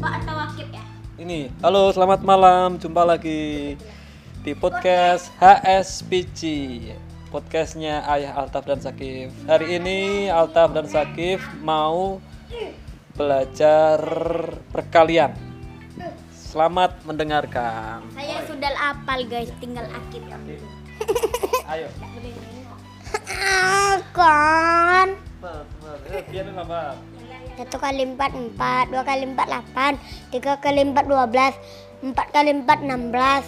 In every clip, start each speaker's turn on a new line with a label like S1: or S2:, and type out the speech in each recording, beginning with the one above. S1: Pak atau Wakib ya?
S2: Ini, halo selamat malam, jumpa lagi di podcast HSPC Podcastnya Ayah Altaf dan Sakif Hari ini Altaf dan Sakif mau belajar perkalian Selamat mendengarkan
S1: Saya sudah apal guys, tinggal Akib.
S2: Ayo
S3: Kon
S2: Cepat, cepat. Eh, Biar lu ngapa?
S3: Kan. satu kali empat empat dua kali empat delapan tiga kali empat dua belas empat kali empat enam belas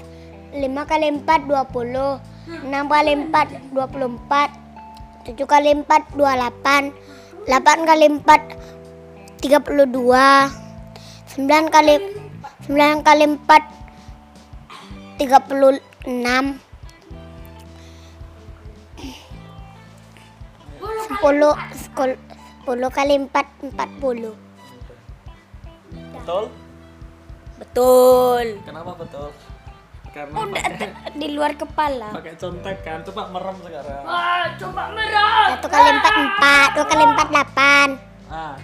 S3: lima kali empat dua puluh enam kali empat dua puluh empat tujuh kali empat dua delapan delapan kali empat tiga puluh dua sembilan kali sembilan kali empat tiga puluh enam sepuluh sekol- sepuluh kali empat empat puluh
S2: Betul?
S1: Betul.
S2: Kenapa betul? Karena
S1: Kan
S3: di luar kepala
S2: pakai contek kan, coba merem sekarang
S3: satu kali empat empat dua kali empat delapan
S2: Ah,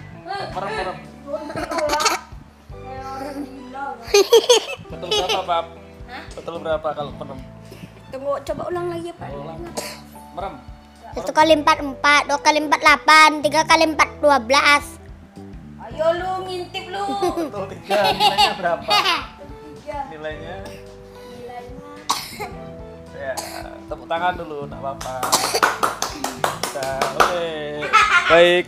S2: merem merem. Betul berapa, Bab? Betul berapa kalau merem?
S1: Tunggu, coba ulang lagi ya Pak.
S2: Ulang. Merem.
S3: satu kali empat empat dua kali empat delapan tiga kali empat dua belas
S1: Ayo lu ngintip lu.
S2: Betul tiga. Nilainya berapa? Nilainya. Ya, tepuk tangan dulu, enggak apa-apa. Nah, oke. Baik,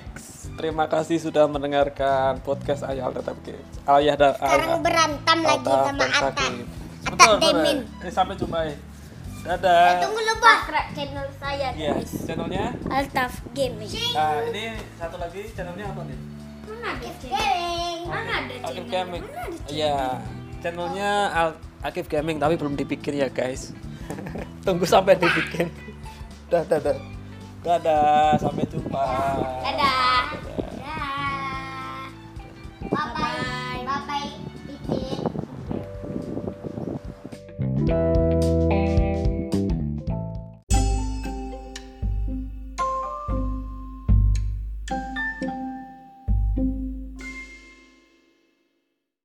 S2: terima kasih sudah mendengarkan podcast Ayah Tetap Kids. Ayah dan
S3: sekarang
S2: Ayah.
S3: berantem lagi
S2: Tata
S3: sama
S2: Pensaki.
S3: Atan
S2: Betul,
S3: Atan
S2: betul.
S3: Demin
S2: Eh, sampai jumpa. eh. Dadah.
S3: tunggu lu
S1: Subscribe channel saya.
S2: Iya, channelnya.
S1: Altaf Gaming.
S2: Nah, ini satu lagi channelnya apa nih?
S1: Mana ada Mana ada
S2: Akif Gaming. Iya, channelnya Al- Akif Gaming tapi belum dibikin ya guys. Tunggu sampai dibikin. Dadah, dadah. Dadah, sampai jumpa.
S1: Dadah.